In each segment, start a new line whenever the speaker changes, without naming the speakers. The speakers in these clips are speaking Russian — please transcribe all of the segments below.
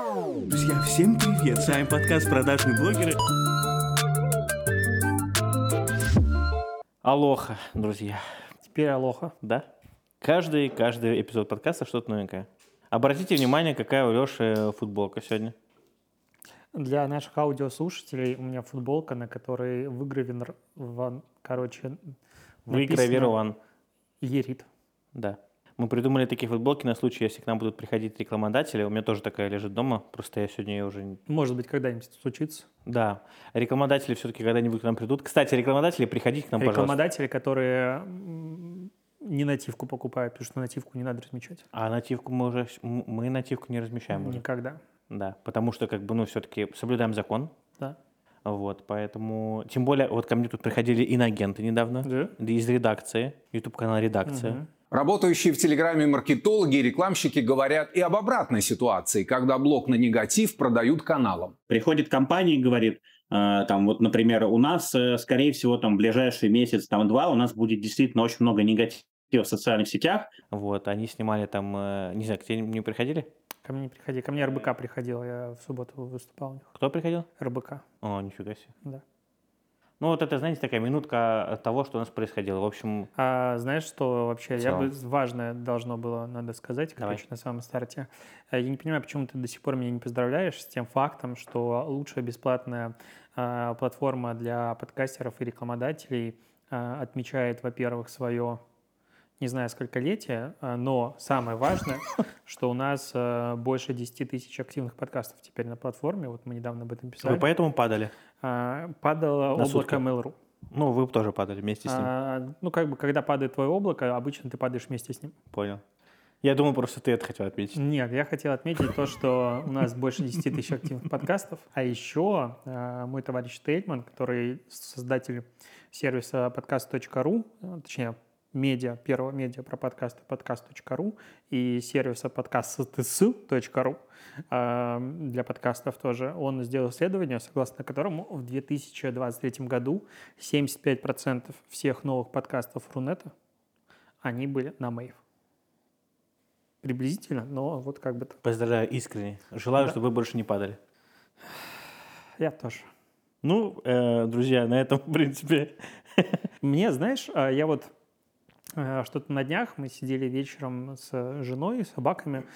Друзья, всем привет! С вами подкаст «Продажные блогеры». Алоха, друзья. Теперь алоха, да? Каждый, каждый эпизод подкаста что-то новенькое. Обратите внимание, какая у Леши футболка сегодня.
Для наших аудиослушателей у меня футболка, на которой выгравирован, короче, написано
Выгравирован.
Ерит.
Да. Мы придумали такие футболки на случай, если к нам будут приходить рекламодатели. У меня тоже такая лежит дома, просто я сегодня ее уже не-
Может быть, когда-нибудь это случится.
Да, рекламодатели все-таки когда-нибудь к нам придут. Кстати, рекламодатели, приходите к нам, Ну, пожалуйста.
Рекламодатели, которые м, не нативку покупают, потому что нативку не надо размечать.
А нативку мы уже, с- м- мы нативку не размещаем уже.
Никогда.
Да, потому что как бы, ну, все-таки соблюдаем закон.
Да.
Вот, поэтому, тем более, вот ко мне тут приходили иногенты недавно
Да?
из редакции, YouTube-канал «Редакция».
Мгм.
Работающие в Телеграме маркетологи и рекламщики говорят и об обратной ситуации, когда блок на негатив продают каналам.
приходит компания и говорит, э, там вот, например, у нас, э, скорее всего, там ближайший месяц, там два, у нас будет действительно очень много негатива в социальных сетях.
Вот, они снимали там, э, не знаю, к тебе не приходили?
Ко мне не приходи. Ко мне РБК приходил, я в субботу выступал у них.
Кто приходил?
РБК.
О, нифига себе.
Да.
Ну, вот это, знаете, такая минутка от того, что у нас происходило. В общем,
А знаешь, что вообще
В
я бы важное должно было надо сказать,
Давай.
короче, на самом старте. Э, Я не понимаю, почему ты до сих пор меня не поздравляешь с тем фактом, что лучшая бесплатная э, платформа для подкастеров и рекламодателей э, отмечает, во-первых, свое не знаю, скольколетие, э, но самое важное, что у нас э, больше 10 тысяч активных подкастов теперь на платформе. Вот мы недавно об этом
вы
писали.
поэтому падали.
А, Падало
На
облако
сутках.
Mail.ru.
Ну, вы тоже падали вместе с ним.
А, ну, как бы, когда падает твое облако, обычно ты падаешь вместе с ним.
Понял. Я думал, просто ты это хотел отметить.
Нет, я хотел отметить то, что у нас больше 10 тысяч активных подкастов. А еще а, мой товарищ Тельман, который создатель сервиса подкаст.ру, а, точнее, медиа, первого медиа про подкасты подкаст.ру и сервиса подкаст.ру э, для подкастов тоже, он сделал исследование, согласно которому в 2023 году 75% всех новых подкастов Рунета, они были на Мэйв. Приблизительно, но вот как бы так.
Поздравляю искренне. Желаю,
Да.
чтобы вы больше не падали.
Я тоже.
Ну, э, друзья, на этом, в принципе,
Мне, знаешь, а, я вот а, что-то на днях, мы сидели вечером с женой, с собаками,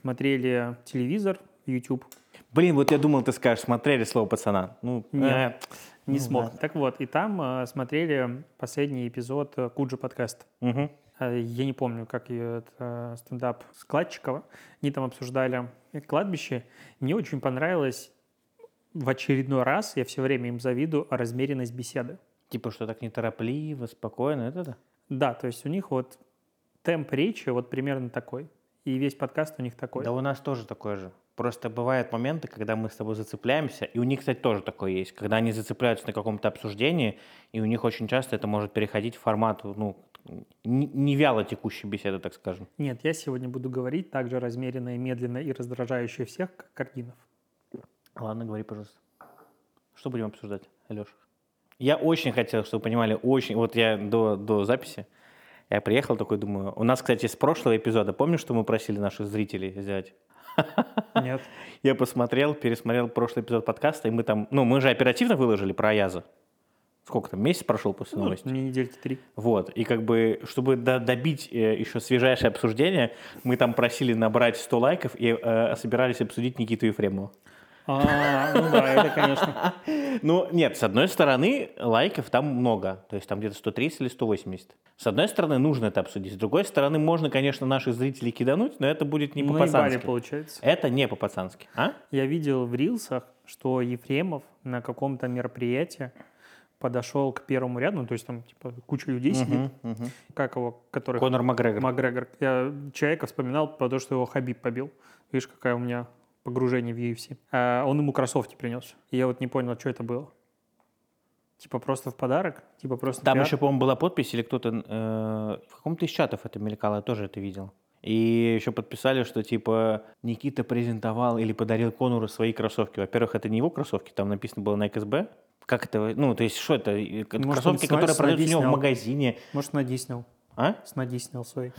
смотрели телевизор, YouTube,
Блин, вот я думал, ты скажешь, смотрели слово пацана. Ну,
Нет.
э,
не
Ну
смог.
да.
Так вот, и там а, смотрели последний эпизод а, Куджи подкаста.
мгм.
А, Я не помню, как ее это, стендап Складчикова. Они там обсуждали кладбище. Мне очень понравилось в очередной раз, я все время им завидую, размеренность беседы.
Типа, что так неторопливо, спокойно, это да?
Да, то есть у них вот темп речи вот примерно такой. И весь подкаст у них такой.
Да у нас тоже такое же. Просто бывают моменты, когда мы с тобой зацепляемся, и у них, кстати, тоже такое есть, когда они зацепляются на каком-то обсуждении, и у них очень часто это может переходить в формат, ну, не, не вяло текущей беседы, так скажем.
Нет, я сегодня буду говорить также размеренно и медленно и раздражающе всех, как Каргинов.
Ладно, говори, пожалуйста. Что будем обсуждать, Алеша? Я очень хотел, чтобы вы понимали, очень... Вот я до, до записи, я приехал такой, думаю... У нас, кстати, с прошлого эпизода, помнишь, что мы просили наших зрителей сделать?
Нет.
Я посмотрел, пересмотрел прошлый эпизод подкаста, и мы там... Ну, мы же оперативно выложили про Аяза. Сколько там, месяц прошел после
Ну,
новости?
мне недельки три.
Вот, и как бы, чтобы до- добить э, еще свежайшее обсуждение, мы там просили набрать 100 лайков и э, собирались обсудить Никиту Ефремова.
А, ну да, это, конечно.
Ну, нет, с одной стороны, лайков там много. То есть там где-то 130 или 180. С одной стороны, нужно это обсудить. С другой стороны, можно, конечно, наших зрителей кидануть, но это будет не
ну, Наебали,
по-пацански.
получается.
Это не по-пацански, а?
Я видел в рилсах, что Ефремов на каком-то мероприятии подошел к первому ряду, ну, то есть там типа куча людей сидит,
Мгм, мгм.
как его, которых
Конор Макгрегор.
Макгрегор. Я человека вспоминал, потому что его Хабиб побил. Видишь, какая у меня погружение в UFC. А он ему кроссовки принес. И я вот не понял, что это было. Типа просто в подарок? Типа просто
Там
пиар?
еще, по-моему, была подпись, или кто-то э, в каком-то из чатов это мелькало, я тоже это видел. И еще подписали, что типа Никита презентовал или подарил Конуру свои кроссовки. Во-первых, это не его кроссовки, там написано было на КСБ. Как это, ну, то есть, что это? И к-
Может, он
кроссовки,
сна-
которые продаются у него в
снял.
магазине.
Может, с ноги снял.
А?
С ноги снял свои.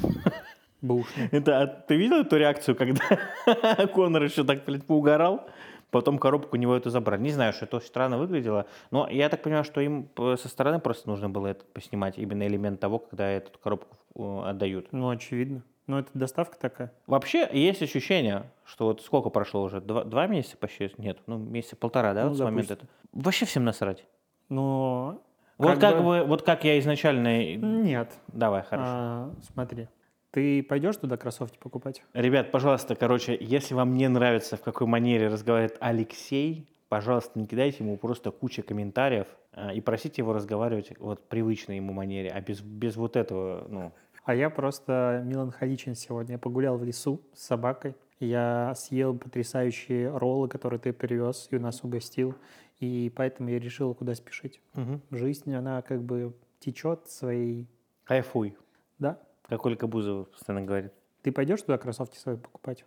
Бэушный.
Это, а ты видел эту реакцию, когда Конор еще так, блядь, поугарал? Потом коробку у него эту забрали. Не знаю, что это очень странно выглядело, но я так понимаю, что им э, со стороны просто нужно было это поснимать, именно элемент того, когда эту коробку э, отдают.
Ну, очевидно. Но это доставка такая.
Вообще есть ощущение, что вот сколько прошло уже? Два, два месяца почти? Нет, ну месяца полтора, да,
Ну,
вот с момента этого. Вообще всем насрать.
Но...
вот как бы, вот как я изначально... и-
Нет.
Давай, хорошо.
А, смотри. Ты пойдешь туда кроссовки покупать?
Ребят, пожалуйста, короче, если вам не нравится, в какой манере разговаривает Алексей, пожалуйста, не кидайте ему просто куча комментариев а, и просите его разговаривать вот привычной ему манере, а без, без вот этого, ну...
А я просто меланхоличен сегодня. Я погулял в лесу с собакой. Я съел потрясающие роллы, которые ты привез и у нас угостил. И поэтому я решил, куда спешить. Жизнь, она как бы течет своей...
Кайфуй,
Да?
как Ольга Бузова постоянно говорит.
Ты пойдешь туда кроссовки свои покупать?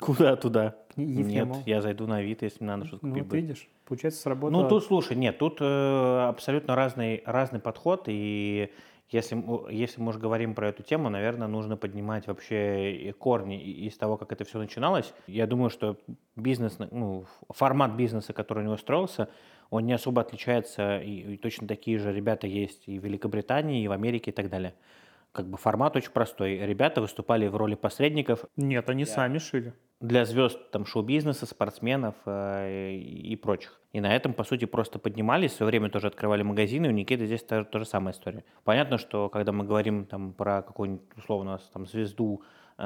Куда туда?
К Ефремову?
Нет, я зайду на Авито, если мне надо что-то
Ну,
купить.
вот
будет.
видишь, получается, сработало.
Ну, тут, слушай, нет, тут э, абсолютно разный, разный подход, и если, м- если мы уже говорим про эту тему, наверное, нужно поднимать вообще и корни и- из того, как это все начиналось. Я думаю, что бизнес, ну, ф- формат бизнеса, который у него строился, он не особо отличается, и, и точно такие же ребята есть и в Великобритании, и в Америке и так далее. Как бы формат очень простой. Ребята выступали в роли посредников
Нет, они сами шили.
для звезд там шоу-бизнеса, спортсменов э, и прочих. И на этом, по сути, просто поднимались, в свое время тоже открывали магазины, у Никиты здесь та, та же самая история. Понятно, что когда мы говорим там про какую-нибудь, условно, с- там, звезду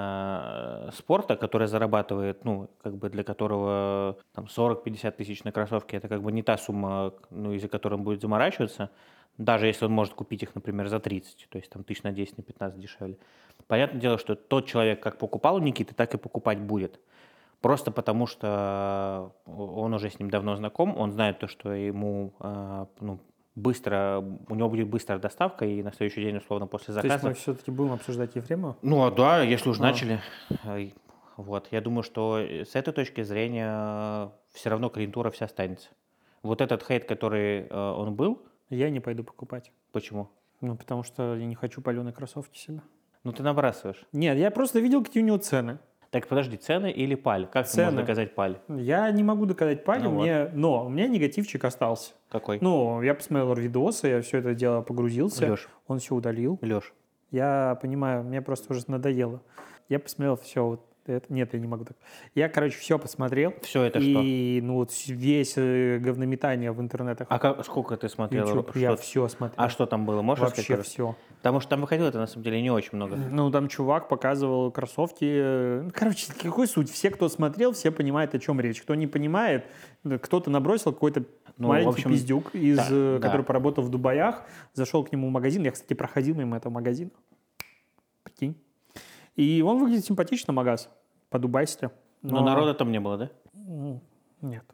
э, спорта, которая зарабатывает, ну, как бы для которого там 40-50 тысяч на кроссовки, это как бы не та сумма, ну, из-за которой он будет заморачиваться, даже если он может купить их, например, за 30, то есть там тысяч на 10, на 15 дешевле. Понятное дело, что тот человек, как покупал у Никиты, так и покупать будет. Просто потому, что он уже с ним давно знаком, он знает то, что ему а, ну, быстро, у него будет быстрая доставка, и на следующий день, условно, после
То есть
заказа...
мы все-таки будем обсуждать Ефремова?
Ну, а да, если уж
А.
начали. э, Вот, я думаю, что э, с этой точки зрения все равно клиентура вся останется. Вот этот хейт, который э, он был,
Я не пойду покупать.
почему?
Ну, потому что я не хочу паленые кроссовки себе.
Ну, ты набрасываешь.
Нет, я просто видел, какие у него цены.
Так, подожди, цены или паль? Как ты
Цены.
можешь доказать паль?
Я не могу доказать паре,
Ну вот.
мне... но у меня негативчик остался.
Какой?
Ну, я посмотрел видосы, я все это дело погрузился.
Леш,
Он все удалил.
Леш,
Я понимаю, мне просто уже надоело. Я посмотрел все вот это. Нет, я не могу так. Я, короче, все посмотрел.
все это что?
и, ну, вот с- весь э, говнометание в интернетах.
А как, сколько ты смотрел?
YouTube,
Что-
я все смотрел.
А что там было? Можешь рассказать?
Вообще
коротко?
все.
Потому что там выходило это на самом деле не очень много.
Ну, там чувак показывал кроссовки. э, ну, Короче, какой суть? Все, кто смотрел, все понимают, о чем речь. Кто не понимает, да, кто-то набросил какой-то
Ну, в
маленький
общем,
пиздюк, из,
да,
э,
да.
который поработал в Дубаях, зашел к нему в магазин. Я, кстати, проходил мимо этого магазина. Прикинь. И он выглядит симпатично, магаз, по-дубайски.
Но, народа там не было, да?
Ну, Нет.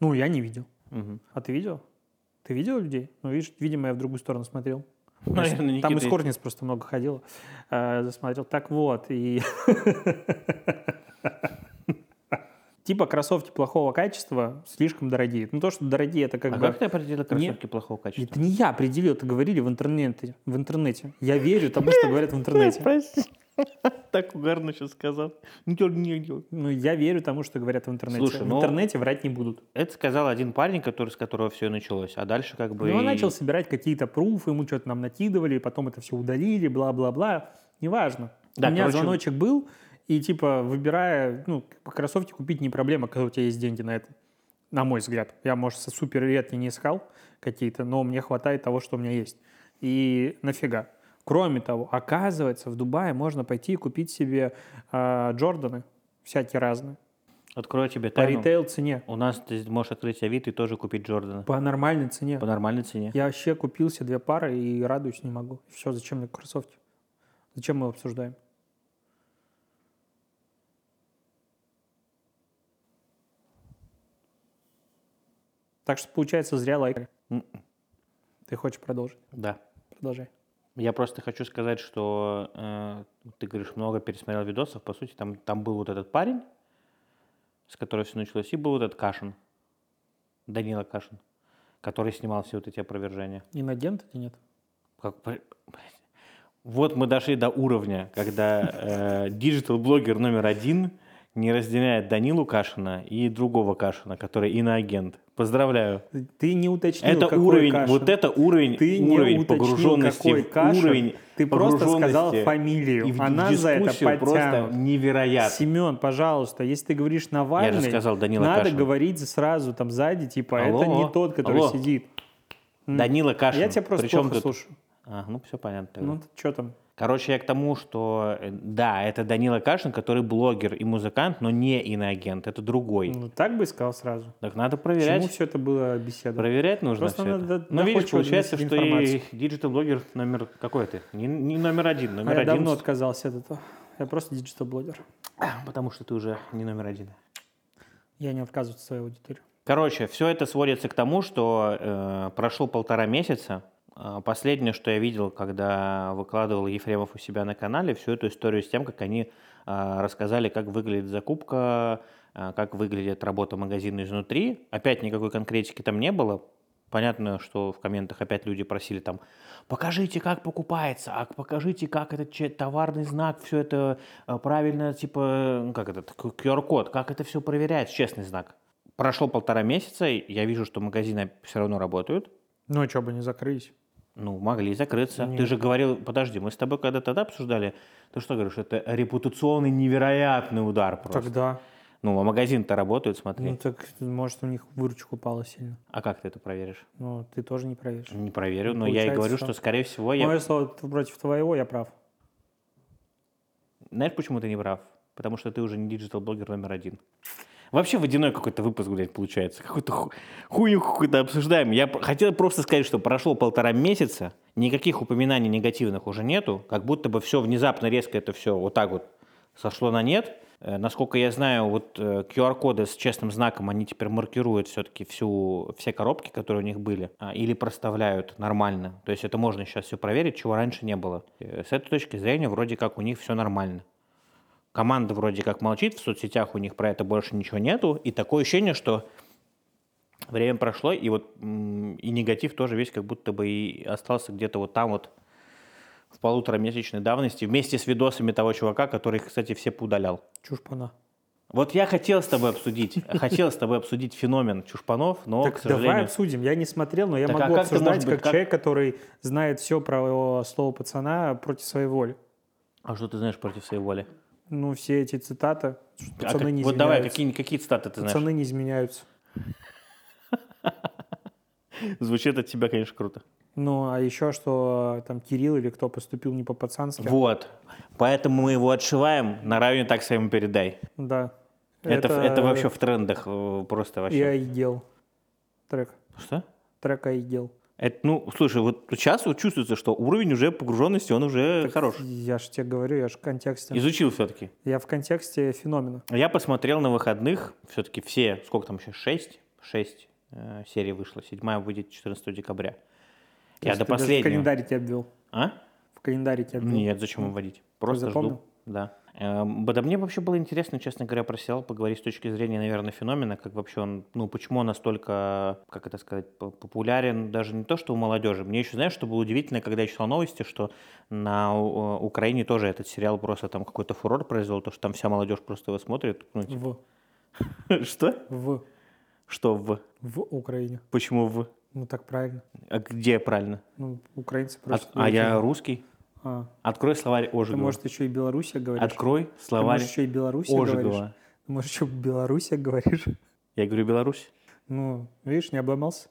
Ну, я не видел.
Мгм.
А ты видел? Ты видел людей? Ну, видишь, видимо, я в другую сторону смотрел.
Наверное,
Там из
Никита-
корниц просто много ходило. Э, Засмотрел. Так вот, и... Типа кроссовки плохого качества слишком дорогие. Ну, то, что дорогие, это как
А
бы...
как ты определил кроссовки плохого качества?
Это не я определил, это говорили в интернете. В интернете. Я верю тому, что говорят в
Ну,
интернете.
Прости. Так угарно сейчас сказал.
Ну, я верю тому, что говорят в интернете.
Слушай,
в
ну-
интернете врать не будут.
Это сказал один парень, который, с которого все и началось. А дальше как бы...
Ну, он
и-
начал собирать какие-то пруфы, ему что-то нам накидывали, потом это все удалили, бла-бла-бла. Неважно.
Да,
У меня
короче-
звоночек был, и типа выбирая, ну, как бы кроссовки купить не проблема, когда у тебя есть деньги на это. На мой взгляд. Я, может, со- супер редкие не искал какие-то, но мне хватает того, что у меня есть. И нафига. Кроме того, оказывается, в Дубае можно пойти и купить себе а, Джорданы всякие разные.
Открою тебе
По
тайну.
ритейл-цене.
У нас ты можешь открыть Авито и тоже купить Джордана.
По нормальной цене.
По нормальной цене.
Я вообще купил себе две пары и радуюсь не могу. Все, зачем мне кроссовки? Зачем мы его обсуждаем? Так что получается зря лайк.
Мгм.
Ты хочешь продолжить?
Да.
Продолжай.
Я просто хочу сказать, что э, ты говоришь, много пересмотрел видосов. По сути, там, там был вот этот парень, с которого все началось, и был вот этот Кашин. Данила Кашин, который снимал все вот эти опровержения.
Инагент или нет?
Как, бля- блядь. Вот мы дошли до уровня, когда диджитал-блогер номер один не разделяет Данилу Кашина и другого Кашина, который иноагент. Поздравляю.
Ты не уточнил,
это
какой
уровень,
Кашин.
вот это уровень,
Ты не
уровень
уточнил,
погруженности,
какой
в-
Кашин.
уровень
Ты просто сказал
погруженности
фамилию.
и в
Она за это
дискуссию просто
потянут.
невероятно.
Семен, пожалуйста, если ты говоришь Навальный,
Я же сказал Данила
надо
Кашин.
говорить сразу там сзади, типа,
Алло,
это не тот, который
алло.
сидит. М.
Данила Кашин.
Я тебя просто
Причем
плохо
тут-
слушаю.
А, ну все понятно. тогда.
Ну, что там?
Короче, я к тому, что э, да, это Данила Кашин, который блогер и музыкант, но не иноагент, это другой.
Ну, так бы и сказал сразу.
Так надо
Почему
проверять.
все это было беседа?
Проверять нужно
Просто
все
надо
это. Ну, видишь,
находчиво
получается,
доносить
что и
информацию.
диджитал-блогер номер... Какой ты? Не, не номер один,
А
номер
я давно
один.
отказался от этого. Я просто диджитал-блогер.
Потому что ты уже не номер один.
Я не отказываюсь от своей аудитории.
Короче, все это сводится к тому, что э, прошло полтора месяца. А, Последнее, что я видел, когда выкладывал Ефремов у себя на канале, всю эту историю с тем, как они а, рассказали, как выглядит закупка, а, как выглядит работа магазина изнутри. Опять никакой конкретики там не было. Понятно, что в комментах опять люди просили там, покажите, как покупается, а покажите, как этот че- товарный знак, все это э, правильно, типа, ну, как этот к- QR-код, как это все проверяется, честный знак. Прошло полтора месяца, и я вижу, что магазины все равно работают.
Ну, что бы не закрылись.
Ну, могли закрыться. Ты
Нет.
же говорил, подожди, мы с тобой когда тогда обсуждали, ты что говоришь, это репутационный невероятный удар просто.
Тогда.
Ну, а магазин-то работают, смотри.
Ну, так, может, у них выручка упала сильно.
А как ты это проверишь?
Ну, ты тоже не проверишь.
Не проверю, но я и
Получается, Ну,
говорю,
что-
что, скорее всего, я...
Мое слово т- против твоего, я прав.
Знаешь, почему ты не прав? Потому что ты уже не диджитал-блогер номер один. Вообще водяной какой-то выпуск, блядь, получается. Какую-то ху- хуйню какую-то обсуждаем. Я п- хотел просто сказать, что прошло полтора месяца, никаких упоминаний негативных уже нету, как будто бы все внезапно, резко это все вот так вот сошло на нет. Э, Насколько я знаю, вот э, QR-коды с честным знаком, они теперь маркируют все-таки всю, все коробки, которые у них были, а, или проставляют нормально. То есть это можно сейчас все проверить, чего раньше не было. Э, С этой точки зрения вроде как у них все нормально. Команда вроде как молчит, в соцсетях у них про это больше ничего нету. И такое ощущение, что время прошло, и вот м, и негатив тоже весь как будто бы и остался где-то вот там вот в полуторамесячной давности вместе с видосами того чувака, который их, кстати, все поудалял.
Чушпана.
Вот я хотел с тобой обсудить, хотел с тобой обсудить феномен Чушпанов, но,
так
к сожалению...
давай обсудим. Я не смотрел, но я
Так, а
могу
как ты,
обсуждать
может быть,
как,
как-
человек, который знает все про э, слово пацана против своей воли.
А что ты знаешь против своей воли?
Ну, все эти цитаты, что
А
пацаны
как-
не
вот
изменяются.
давай, какие, какие цитаты ты знаешь?
Пацаны не изменяются.
Звучит от тебя, конечно, круто.
Ну, а еще что э, там Кирилл или кто поступил не по-пацански.
Вот. Поэтому мы его отшиваем, на равне так своему передай.
Да.
Это, это... вообще в трендах э, просто вообще.
Я и дел. Трек.
Что?
Трек и дел.
Это, ну, слушай, вот сейчас вот чувствуется, что уровень уже погруженности, он уже хороший.
Я же тебе говорю, я же в контексте.
Изучил все-таки.
Я в контексте феномена.
Я посмотрел на выходных, все-таки все, сколько там сейчас, 6? 6 э, серий вышло, седьмая выйдет 14 декабря. Я
Если
до
ты даже В
последнего.
календаре тебя обвел.
А?
В календаре тебя обвел.
Нет, зачем вводить? Просто жду.
ну, запомнил?
Да. Эм, Да мне вообще было интересно, честно говоря, про сериал поговорить с точки зрения, наверное, феномена, как вообще он, ну, почему он настолько, как это сказать, по- популярен, даже не то, что у молодежи. Мне еще, знаешь, что было удивительно, когда я читал новости, что на У- э, Украине тоже этот сериал просто там какой-то фурор произвел, то, что там вся молодежь просто его смотрит. Ну, типа,
В.
Что?
В.
Что в?
В Украине.
Почему в?
Ну так правильно.
А где правильно?
Ну, украинцы
От-
просто...
А я русский.
А,
Открой словарь
ты,
Ожегова.
может, еще и Белоруссия говоришь?
Открой
Ты,
словарь
может, еще и Белоруссия говоришь?
Ожегова.
Ты, может, еще Белоруссия говоришь?
Я говорю Беларусь.
Ну, видишь, не обломался.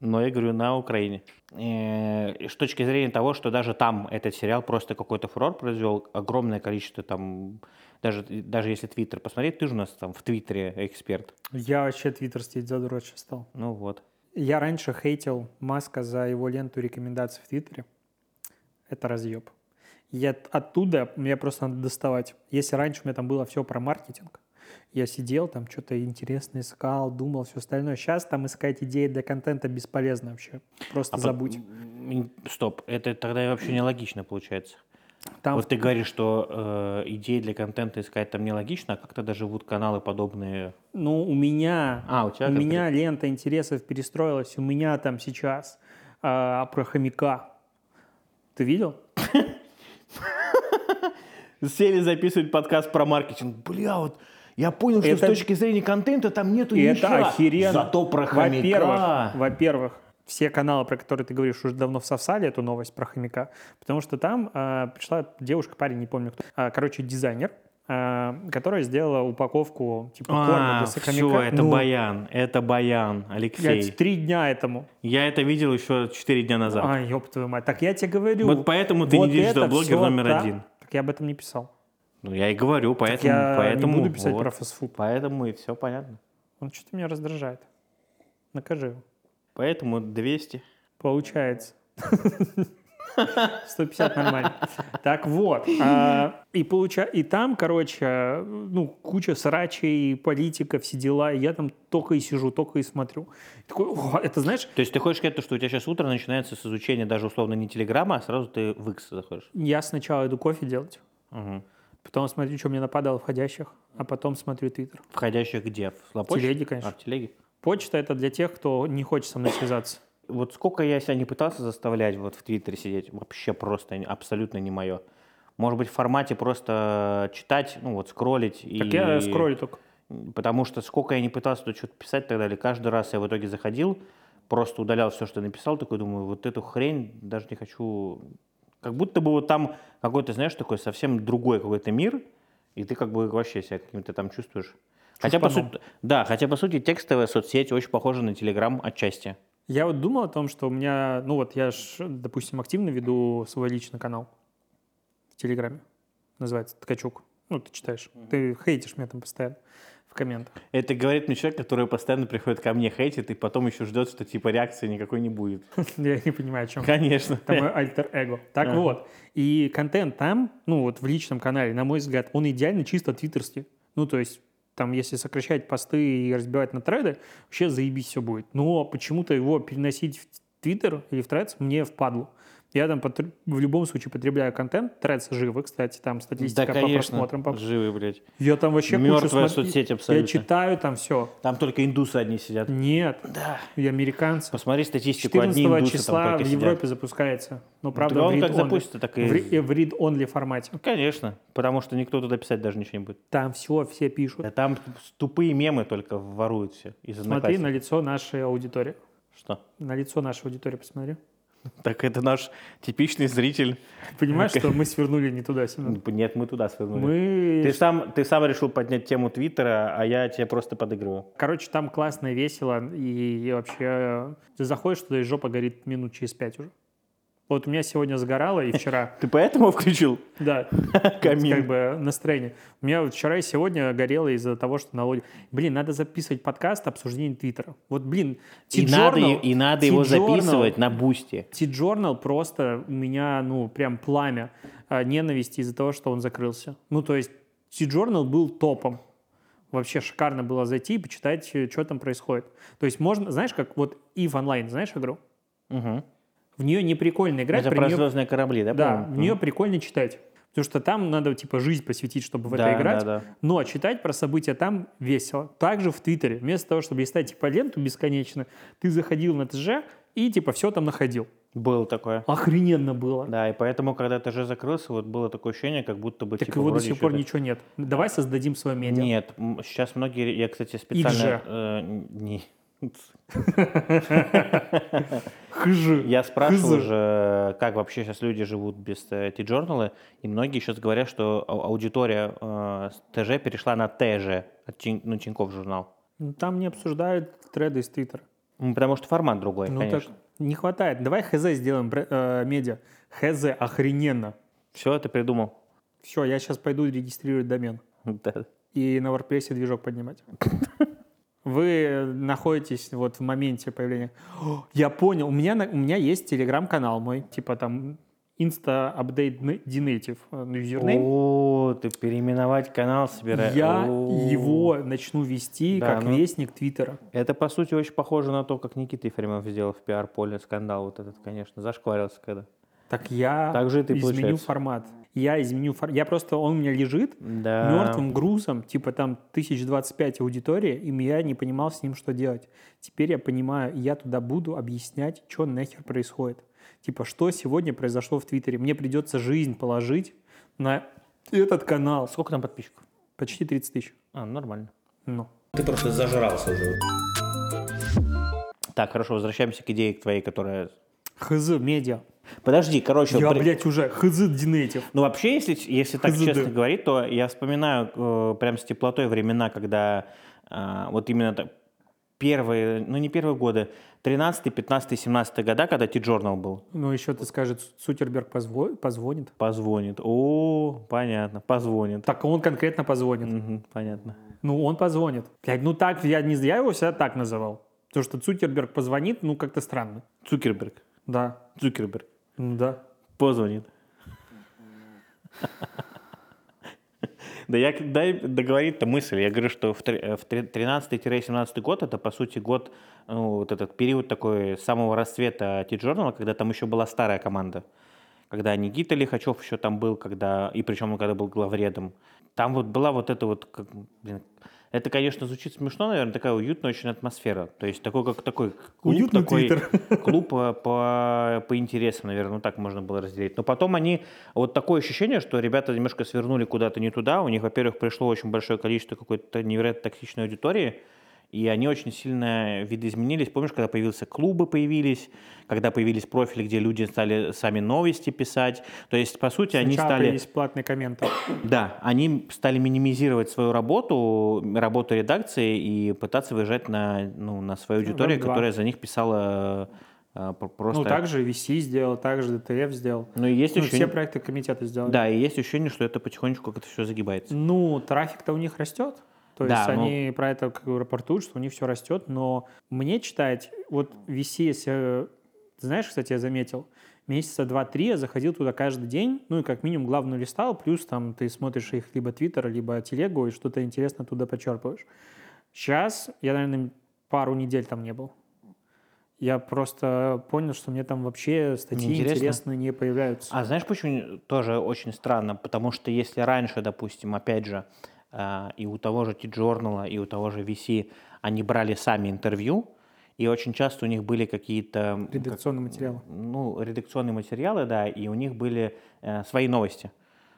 Но я говорю, на Украине. Э, и С точки зрения того, что даже там этот сериал просто какой-то фурор произвел, огромное количество там, даже, даже если Твиттер посмотреть, ты же у нас там в Твиттере эксперт.
Я вообще твиттер сидеть за дурачь сейчас стал.
Ну вот.
Я раньше хейтил Маска за его ленту рекомендаций в Твиттере. Это разъеб. Я т- оттуда, меня просто надо доставать. Если раньше у меня там было все про маркетинг, я сидел там, что-то интересное искал, думал, все остальное. Сейчас там искать идеи для контента бесполезно вообще. Просто
А по-
забудь.
м, Стоп, это тогда вообще нелогично получается.
Там
Вот ты говоришь, что э, идеи для контента искать там нелогично, а как тогда живут каналы подобные.
Ну, у меня,
А, у тебя
у
конкрет-
меня лента интересов перестроилась. У меня там сейчас а, про хомяка. Ты видел?
Сели записывать подкаст про маркетинг. Бля, вот я понял, что
Это-
с точки зрения контента там нету
И
ничего.
это охеренно.
Зато про хомяка.
Во-первых, во-первых, все каналы, про которые ты говоришь, уже давно всосали эту новость про хомяка, потому что там а, пришла девушка, парень, не помню кто, а, короче, дизайнер, а, которая сделала упаковку типа корма
А,
для
все,
хомяка.
это
Ну,
Баян, это Баян,
блядь,
Алексей.
три дня этому.
Я это видел еще 4 дня назад.
А, ёб твою мать. Так я тебе говорю.
Вот поэтому Ну, ты не
это
диджитал блогер
всё
номер
та-
один.
Так я об этом не писал.
Ну, я и говорю,
Так
поэтому...
я
поэтому
не буду писать
вот.
про фастфуд.
Поэтому и все понятно.
Он что-то меня раздражает. Накажи его.
Поэтому 200.
Получается. 150 нормально. Так вот. а, и, получа... и там, короче, ну, куча срачей, политика, все дела. И я там только и сижу, только и смотрю. И такой, «О, это знаешь,
То есть ты хочешь сказать, то, что у тебя сейчас утро начинается с изучения даже условно не телеграмма, а сразу ты в X заходишь?
я сначала иду кофе делать,
Мгм.
потом смотрю, что мне нападало входящих, а потом смотрю Твиттер.
Входящих где? В
В
Лапочке?
телеге,
А,
конечно.
в телеге.
Почта — это для тех, кто не хочет со мной связаться.
Вот сколько я себя не пытался заставлять вот в Твиттере сидеть, вообще просто не- абсолютно не мое. Может быть, в формате просто читать, ну вот скроллить.
Так
и...
я скроллю только.
Потому что сколько я не пытался тут что-то писать и так далее, каждый раз я в итоге заходил, просто удалял все, что написал, такой думаю, вот эту хрень даже не хочу... Как будто бы вот там какой-то, знаешь, такой совсем другой какой-то мир, и ты как бы вообще себя каким-то там чувствуешь. Хотя по,
Чушпаном.
сути, да, хотя по сути текстовая соцсеть очень похожа на Телеграм отчасти.
Я вот думал о том, что у меня, ну вот я ж, допустим, активно веду свой личный канал в Телеграме. Называется Ткачук. Ну, ты читаешь. Ты хейтишь меня там постоянно в комментах.
Это говорит мне человек, который постоянно приходит ко мне хейтит и потом еще ждет, что типа реакции никакой не будет.
Я не понимаю, о чем.
Конечно.
Это мой альтер-эго. Так
Ага.
вот. И контент там, ну вот в личном канале, на мой взгляд, он идеально чисто твиттерский. Ну, то есть там, если сокращать посты и разбивать на треды, вообще заебись все будет. Но почему-то его переносить в твиттер или в тредс мне впадло. Я там потр- в любом случае потребляю контент. Тредс живы, кстати, там статистика
да,
по
конечно,
просмотрам. по-
живые, блядь.
Я там вообще кучу смотр-
Мертвая соцсеть
Я
абсолютно.
читаю там все.
Там только индусы одни сидят.
Нет. И американцы.
Посмотри статистику, Типа одни
14
индусы
числа
там
в
только
Европе запускается. Но
сидят.
правда,
Так
в
он как
read-only.
запустится, так и...
В, ри- э, в read-only формате.
Конечно, потому что никто туда писать даже ничего не будет.
Там все, все пишут.
Да там тупые мемы только воруют все из
Смотри на
Одноклассников.
лицо нашей аудитории.
Что?
На лицо нашей аудитории посмотри.
Так это наш типичный зритель.
Ты понимаешь, что мы свернули не туда, Семен?
Нет, мы туда свернули.
Мы...
Ну, Ты, сам, ты сам решил поднять тему Твиттера, а я тебе просто подыгрываю.
Короче, там классно, весело, и, и вообще... э, Ты заходишь туда, и жопа горит минут через пять уже. Вот у меня сегодня сгорало, и вчера...
Ты поэтому включил
Да, как
камин?
бы настроение. У меня вот вчера и сегодня горело из-за того, что налоги... Блин, надо записывать подкаст обсуждение Твиттера. Вот, блин,
И надо,
T-Journal-
и надо его
T-Journal-
записывать на бусте.
T-Journal просто у меня, ну, прям пламя а, ненависти из-за того, что он закрылся. Ну, то есть T-Journal был топом. Вообще шикарно было зайти и почитать, э, что там происходит. То есть можно, знаешь, как вот Ив онлайн, знаешь игру?
Мгм.
В нее не прикольно играть,
Это
про
про
неё-
звездные корабли, да?
да,
по-моему?
в нее прикольно читать. Потому что там надо, типа, жизнь посвятить, чтобы в
Да,
это играть.
да, да.
Но читать про события там весело. Также в Твиттере. Вместо того, чтобы листать, типа, ленту бесконечно, ты заходил на ТЖ и, типа, все там находил.
Было такое.
Охрененно было.
Да, и поэтому, когда ТЖ закрылся, вот было такое ощущение, как будто бы...
Так
типа,
его до
вроде
сих пор
чё-то-
ничего нет. Давай создадим свое медиа.
Нет, м, сейчас многие... Я, кстати,
Иджи.
специально... э, не.
Хыжи.
Я спрашивал
Хз.
же, как вообще сейчас люди живут без эти журналы, и многие сейчас говорят, что ау- аудитория э, с ТЖ перешла на ТЖ, от Тин- ну, Тинькофф журнал.
Ну, Там не обсуждают треды из Твиттера.
Ну, Потому что формат другой,
Ну так
конечно.
не хватает. Давай ХЗ сделаем бре- э, медиа. ХЗ охрененно.
Все, ты придумал.
Все, я сейчас пойду регистрировать домен
Да.
и на WordPress движок поднимать. Вы находитесь вот в моменте появления. «О, я понял, у меня, на- у меня есть телеграм-канал мой, типа там Insta Update Denative э, ну, юзернейм.
О, ты переименовать канал собираешь.
Я
О.
его начну вести
Да,
как
ну-
вестник Твиттера.
Это, по сути, очень похоже на то, как Никита Ефремов сделал в пиар-поле скандал вот этот, конечно, зашкварился когда.
Так я
Так же это и
изменю
получается.
формат. Я изменю формат. Я просто, он у меня лежит
Да.
мертвым грузом, типа там 1025 аудитории, и я не понимал с ним, что делать. Теперь я понимаю, и я туда буду объяснять, что нахер происходит. Типа, что сегодня произошло в Твиттере. Мне придется жизнь положить на этот канал.
Сколько там подписчиков?
Почти 30 тысяч.
А, нормально.
Ну.
Ты просто зажрался уже.
Так, хорошо, возвращаемся к идее твоей, которая...
Хз, медиа.
Подожди, короче...
Я,
при-
блядь, уже хз динейтив.
Ну, вообще, если, если так
ХЗД.
честно говорить, то я вспоминаю э, прям с теплотой времена, когда а, вот именно так первые, ну не первые годы, 13, 15, 17 года, когда T-Journal был,
Ну, еще ты скажет, Сутерберг позво- позвонит.
позвонит. О, понятно, позвонит.
Так он конкретно позвонит.
Мгм, понятно.
Ну, он позвонит. Блядь, ну так, я не я его себя так называл. То, что Цукерберг позвонит, ну как-то странно.
Цукерберг.
Да.
Цукерберг.
Ну да.
Позвонит. Да я к- дай договорить-то мысль. Я говорю, что в тре- э, в тре- 13-17 год это, по сути, год, ну, вот этот период такой самого расцвета T-Journal, когда там еще была старая команда. Когда Никита Лихачев еще там был, когда, и причем он когда был главредом. Там вот была вот эта вот, как, блин, это, конечно, звучит смешно, наверное, такая уютная очень атмосфера. То есть такой, как такой клуб,
Уютный
такой-
твиттер.
клуб э, по, по интересам, наверное, ну так можно было разделить. Но потом они, вот такое ощущение, что ребята немножко свернули куда-то не туда, у них, во-первых, пришло очень большое количество какой-то невероятно токсичной аудитории, и они очень сильно видоизменились. Помнишь, когда появился клубы появились, когда появились профили, где люди стали сами новости писать. То есть, по сути, они
Сначала
стали...
появились платные комменты.
Да, они стали минимизировать свою работу, работу редакции и пытаться выезжать на, ну, на свою
Ну,
аудиторию,
веб-два.
которая за них писала э, про- просто...
Ну, так же VC сделал, так же DTF сделал.
Ну, и есть
Ну,
ощущение-
все проекты комитета сделали.
Да, и есть ощущение, что это потихонечку как-то все загибается.
Ну, трафик-то у них растет. То есть
Да, ну-
они про это как бы рапортуют, что у них все растет. Но мне читать, вот VC, если... э, ты Знаешь, кстати, я заметил, месяца два-три я заходил туда каждый день, ну и как минимум главную листал, плюс там ты смотришь их либо Твиттер, либо Телегу, и что-то интересное туда почерпываешь. Сейчас я, наверное, пару недель там не был. Я просто понял, что мне там вообще статьи
Неинтересно.
интересные не появляются.
А знаешь, почему тоже очень странно? Потому что если раньше, допустим, опять же, э, и у того же T-Journal, и у того же VC, они брали сами интервью, и очень часто у них были какие-то... м, как-
Редакционные материалы.
ну, редакционные материалы, да, и у них были э, свои новости,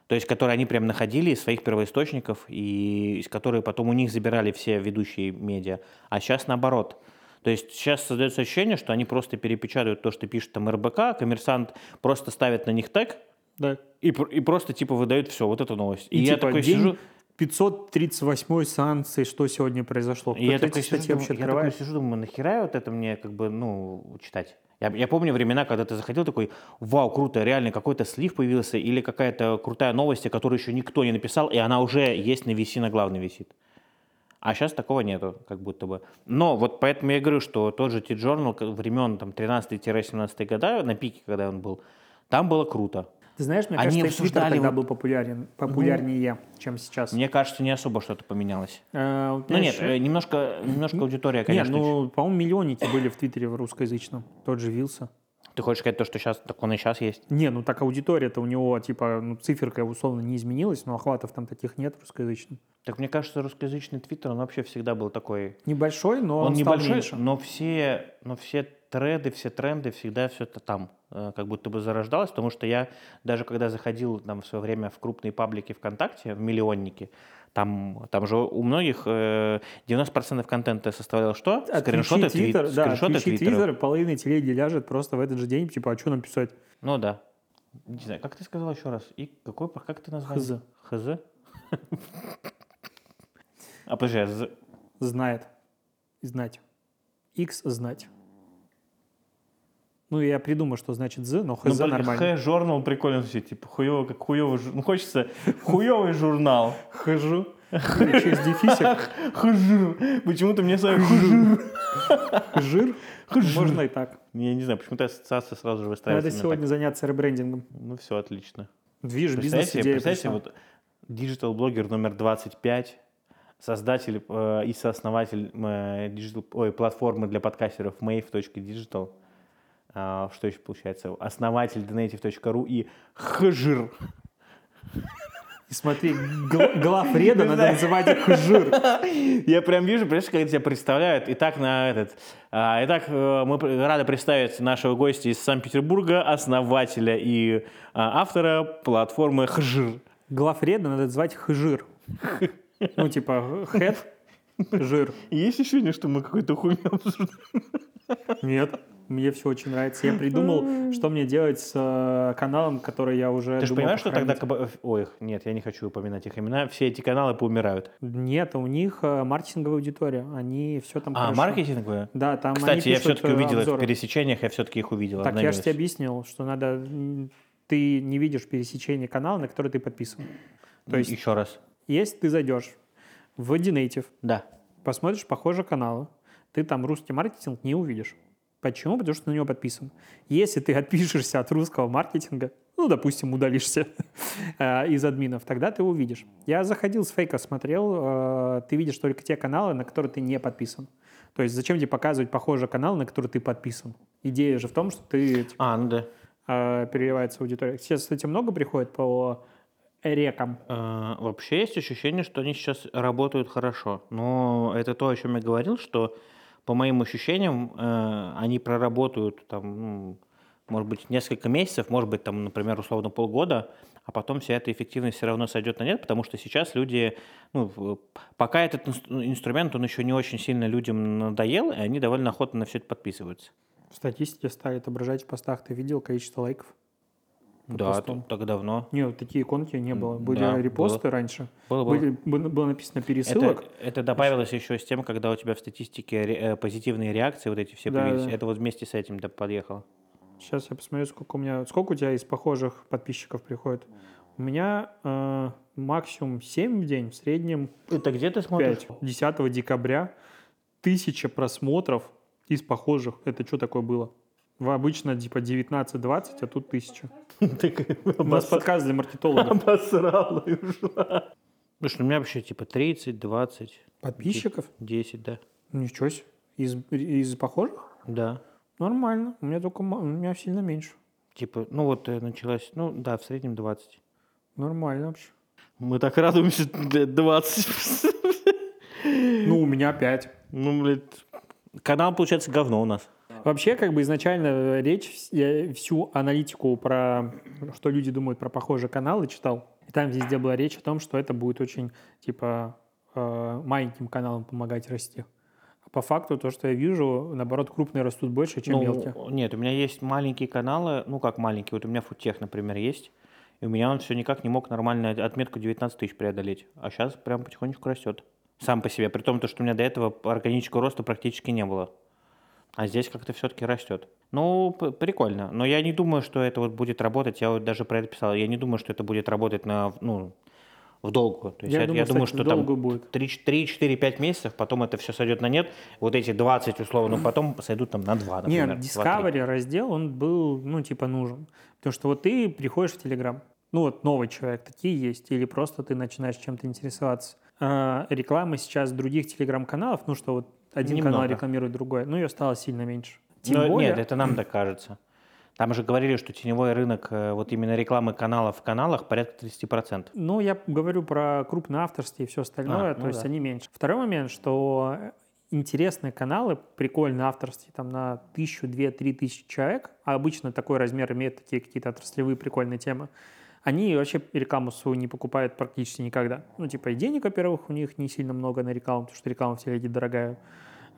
то есть которые они прям находили из своих первоисточников, и из которые потом у них забирали все ведущие медиа. А сейчас наоборот. То есть сейчас создается ощущение, что они просто перепечатывают то, что пишет там РБК, коммерсант просто ставит на них тег
Да.
и, пр- и просто типа выдают все, вот эту новость.
И,
я
типа,
такой
день
сижу,
538 санкции, что сегодня произошло.
И я
Кто-то
такой,
эти
сижу,
статьи
думаю,
вообще
я такой
открывает?
сижу, думаю, нахера вот это мне как бы, ну, читать? Я, я помню времена, когда ты заходил такой, вау, круто, реально какой-то слив появился или какая-то крутая новость, о которой еще никто не написал, и она уже есть на VC, на главной висит. А сейчас такого нету, как будто бы. Но вот поэтому я и говорю, что тот же T-Journal к- времен там 13-17 года, на пике, когда он был, там было круто.
Ты знаешь, мне
Они
кажется, и Twitter
обсуждали
тогда
вот-
был популярен, популярнее, чем сейчас.
Мне кажется, не особо что-то поменялось.
Э, вот
Ну нет,
знаешь,
э, немножко, немножко аудитория,
не,
конечно.
ну, по-моему, миллионники были в Твиттере в русскоязычном. Тот же Вилса.
Ты хочешь сказать то, что сейчас, так он и сейчас есть?
Не, ну так аудитория-то у него, типа, ну, циферка условно не изменилась, но охватов там таких нет в русскоязычном.
Так мне кажется, русскоязычный твиттер, он вообще всегда был такой.
Небольшой, но он,
он
стал
небольшой,
меньше.
но все, но все треды, все тренды всегда все это там э, как будто бы зарождалось, потому что я даже когда заходил там в свое время в крупные паблики ВКонтакте, в миллионники, там, там же у многих э, 90% контента составлял что?
Отключи
Скриншоты, твит-
Твиттер, да,
скриншоты
отключи
твиттеров.
Твиттер, половина телеги ляжет просто в этот же день, типа, а что нам писать?
Ну да. Не знаю, как ты сказал еще раз? И какой, как ты назвал?
Хз.
Хз? А подожди, а з-
знает. Знать. X знать. Ну, я придумал, что значит Z, но
Ну,
хз
блин,
нормально.
Х журнал прикольно звучит, типа хуёво, как хуёвый жур- Ну хочется хуёвый журнал.
Хожу. Или Ну, Через дефисик.
Хжур. Почему-то мне сразу хжур.
Жир. Можно и так.
Я не знаю, почему-то ассоциация сразу же выстраивается.
Надо
именно
сегодня заняться ребрендингом.
так. Ну все, отлично.
Движ, бизнес,
Представляете,
идея
представляете,
пришла.
вот диджитал-блогер номер 25, создатель э, и сооснователь э, digital- ой, платформы для подкастеров mave.digital, а, что еще получается, основатель donative.ru и хжир.
И смотри, гл- главреда
Не
надо
знаю.
называть их жир.
Я прям вижу, понимаешь, когда тебя представляют. Итак, на этот. а, Итак, э, мы пр- рады представить нашего гостя из Санкт-Петербурга, основателя и а, автора платформы Хжир.
Глафреда надо звать хжир. Ну, типа, хэт, жир.
Есть ощущение, что мы какой-то хуйню обсуждаем?
Нет, мне все очень нравится. Я придумал, что мне делать с э, каналом, который я уже
Ты же
думал
понимаешь, что тогда...
похоронить.
КБ Ой, нет, я не хочу упоминать их имена. Все эти каналы поумирают.
Нет, у них э, маркетинговая аудитория. Они все там
А,
Ну, хорошо.
маркетинговые?
Да, там они
Кстати, я
пишут,
все-таки
э,
увидел их в
обзоры.
пересечениях, я все-таки их увидел.
Так я же
обновились.
тебе объяснил, что надо... м, Ты не видишь пересечения канала, на который ты подписан. То есть,
Еще раз.
если ты зайдешь в Dnative,
Да.
посмотришь похожие каналы, ты там русский маркетинг не увидишь. Почему? Потому что на него подписан. Если ты отпишешься от русского маркетинга, ну, допустим, удалишься э, из админов, тогда ты увидишь. Я заходил с фейка, смотрел, э, ты видишь только те каналы, на которые ты не подписан. То есть зачем тебе показывать похожие каналы, на которые ты подписан? Идея же в том, что ты типа,
А, ну да.
э, переливается аудитория. Сейчас, кстати, много приходит по рекам.
Э, Вообще есть ощущение, что они сейчас работают хорошо. Но это то, о чем я говорил, что по моим ощущениям э, они проработают там, ну, может быть, несколько месяцев, может быть, там, например, условно полгода, а потом вся эта эффективность все равно сойдет на нет, потому что сейчас люди, ну, в- пока этот инс- инструмент, он еще не очень сильно людям надоел, и они довольно охотно на все это подписываются.
В статистике стали отображать в постах, ты видел количество лайков?
Да,
постом.
т- так давно.
Не, вот такие иконки не было.
М,
Были
да,
репосты раньше.
Было, было.
Были- было- было написано пересылок.
Это, это добавилось еще с тем, когда у тебя в статистике ре- э, позитивные реакции вот эти все
Да,
появились.
да.
Это вот вместе с этим да, подъехало.
Сейчас я посмотрю, сколько у меня... Сколько у тебя из похожих подписчиков приходит? У меня э, максимум 7 в день, в среднем
Это где ты
5. 10 декабря тысяча просмотров из похожих. Это что такое было? В обычно типа 19-20, а тут тысяча. У нас подкаст для маркетологов.
Обосрала и ушла. Слушай, у меня вообще типа 30, 20,
Подписчиков?
10, да.
Ничего себе. Из, из похожих?
Да.
Нормально. У меня только... ма- У меня сильно меньше.
Типа, ну вот э, началась, ну да, в среднем 20.
Нормально вообще.
Мы так радуемся, 20.
Ну, у меня 5.
Ну, блядь. Канал, получается, говно у нас.
Вообще, как бы изначально э, речь, вс- я всю аналитику про что люди думают про похожие каналы читал. И там везде была речь о том, что это будет очень, типа, э, маленьким каналам помогать расти. А по факту, то, что я вижу, наоборот, крупные растут больше, чем
Ну,
мелкие.
Нет, у меня есть маленькие каналы, ну как маленькие, вот у меня футех, например, есть, и у меня он все никак не мог нормально от- отметку 19 тысяч преодолеть, а сейчас прям потихонечку растет. Сам по себе, при том, то, что у меня до этого органического роста практически не было. А здесь как-то все-таки растет. Ну, п- прикольно. Но я не думаю, что это вот будет работать. Я вот даже про это писал. Я не думаю, что это будет работать на, ну, в долгую. То есть я, я думаю,
кстати,
что там
долго будет.
3-4-5 месяцев, потом это все сойдет на нет. Вот эти 20 условно потом сойдут там на 2, например.
Нет,
2-3.
Discovery раздел, он был, ну, типа, нужен. Потому что вот ты приходишь в Telegram, ну, вот новый человек, такие есть, или просто ты начинаешь чем-то интересоваться. А, реклама сейчас других Telegram-каналов, ну, что вот один канал
Немного.
рекламирует другой, ну, ее стало сильно меньше. Тем
Но
более,
Нет, это нам так кажется. Там же говорили, что теневой рынок э, вот именно рекламы каналов в каналах порядка 30%.
Ну, я говорю про крупное авторство и все остальное,
А,
то
ну
есть
да.
они меньше. Второй момент, что интересные каналы, прикольные авторские, там на тысячу, две, три тысячи человек, а обычно такой размер имеют такие какие-то отраслевые прикольные темы, они вообще рекламу свою не покупают практически никогда. Ну, типа и денег, во-первых, у них не сильно много на рекламу, потому что реклама в телеге дорогая.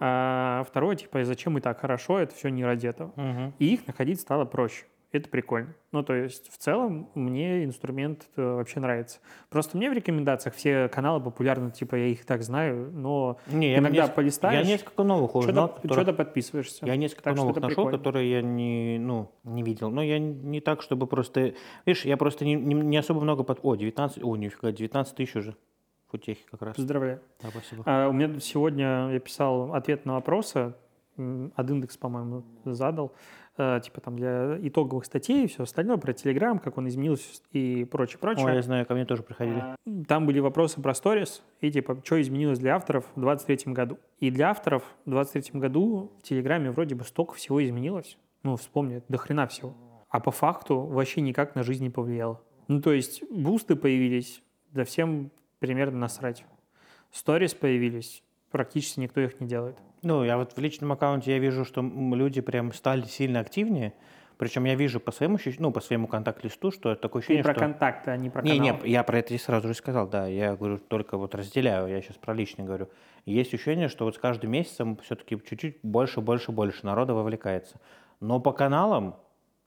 А, второе, типа, и зачем и так хорошо, это все не ради этого. И их находить стало проще. Это прикольно. Ну, то есть, в целом, мне инструмент э, вообще нравится. Просто мне в рекомендациях все каналы популярны, типа, я их и так знаю, но
Не, я
иногда
несколько-
полистаешь,
Я несколько новых узнал,
что-то,
которых-
подписываешься.
Я несколько
Так что
новых
это
нашел,
прикольно.
которые я не, ну, не видел. Но я н- не так, чтобы просто... Видишь, я просто не, не- не особо много... Под... О, 19... О, нифига, 19 тысяч уже. Футехи как раз.
Поздравляю.
Да, спасибо.
А, у меня тут сегодня я писал ответ на вопросы, м, от индекс, по-моему, задал, э, типа там для итоговых статей и все остальное, про Телеграм, как он изменился и прочее, прочее.
О, я знаю, ко мне тоже приходили.
Там были вопросы про сторис и типа, что изменилось для авторов в 23 году. И для авторов в 23 году в Телеграме вроде бы столько всего изменилось. Ну, вспомни, до хрена всего. А по факту вообще никак на жизнь не повлияло. Ну, то есть бусты появились, да всем примерно насрать. Сторис появились, практически никто их не делает.
Ну, я вот в личном аккаунте я вижу, что м, люди прям стали сильно активнее. Причем я вижу по своему, ощущ- ну, по своему контакт-листу, что такое
Ты
ощущение,
про
что...
контакты, а не про
Не,
канал.
не, я про это и сразу же сказал, да. Я говорю, только вот разделяю, я сейчас про личное говорю. Есть ощущение, что вот с каждым месяцем все-таки чуть-чуть больше, больше, больше народа вовлекается. Но по каналам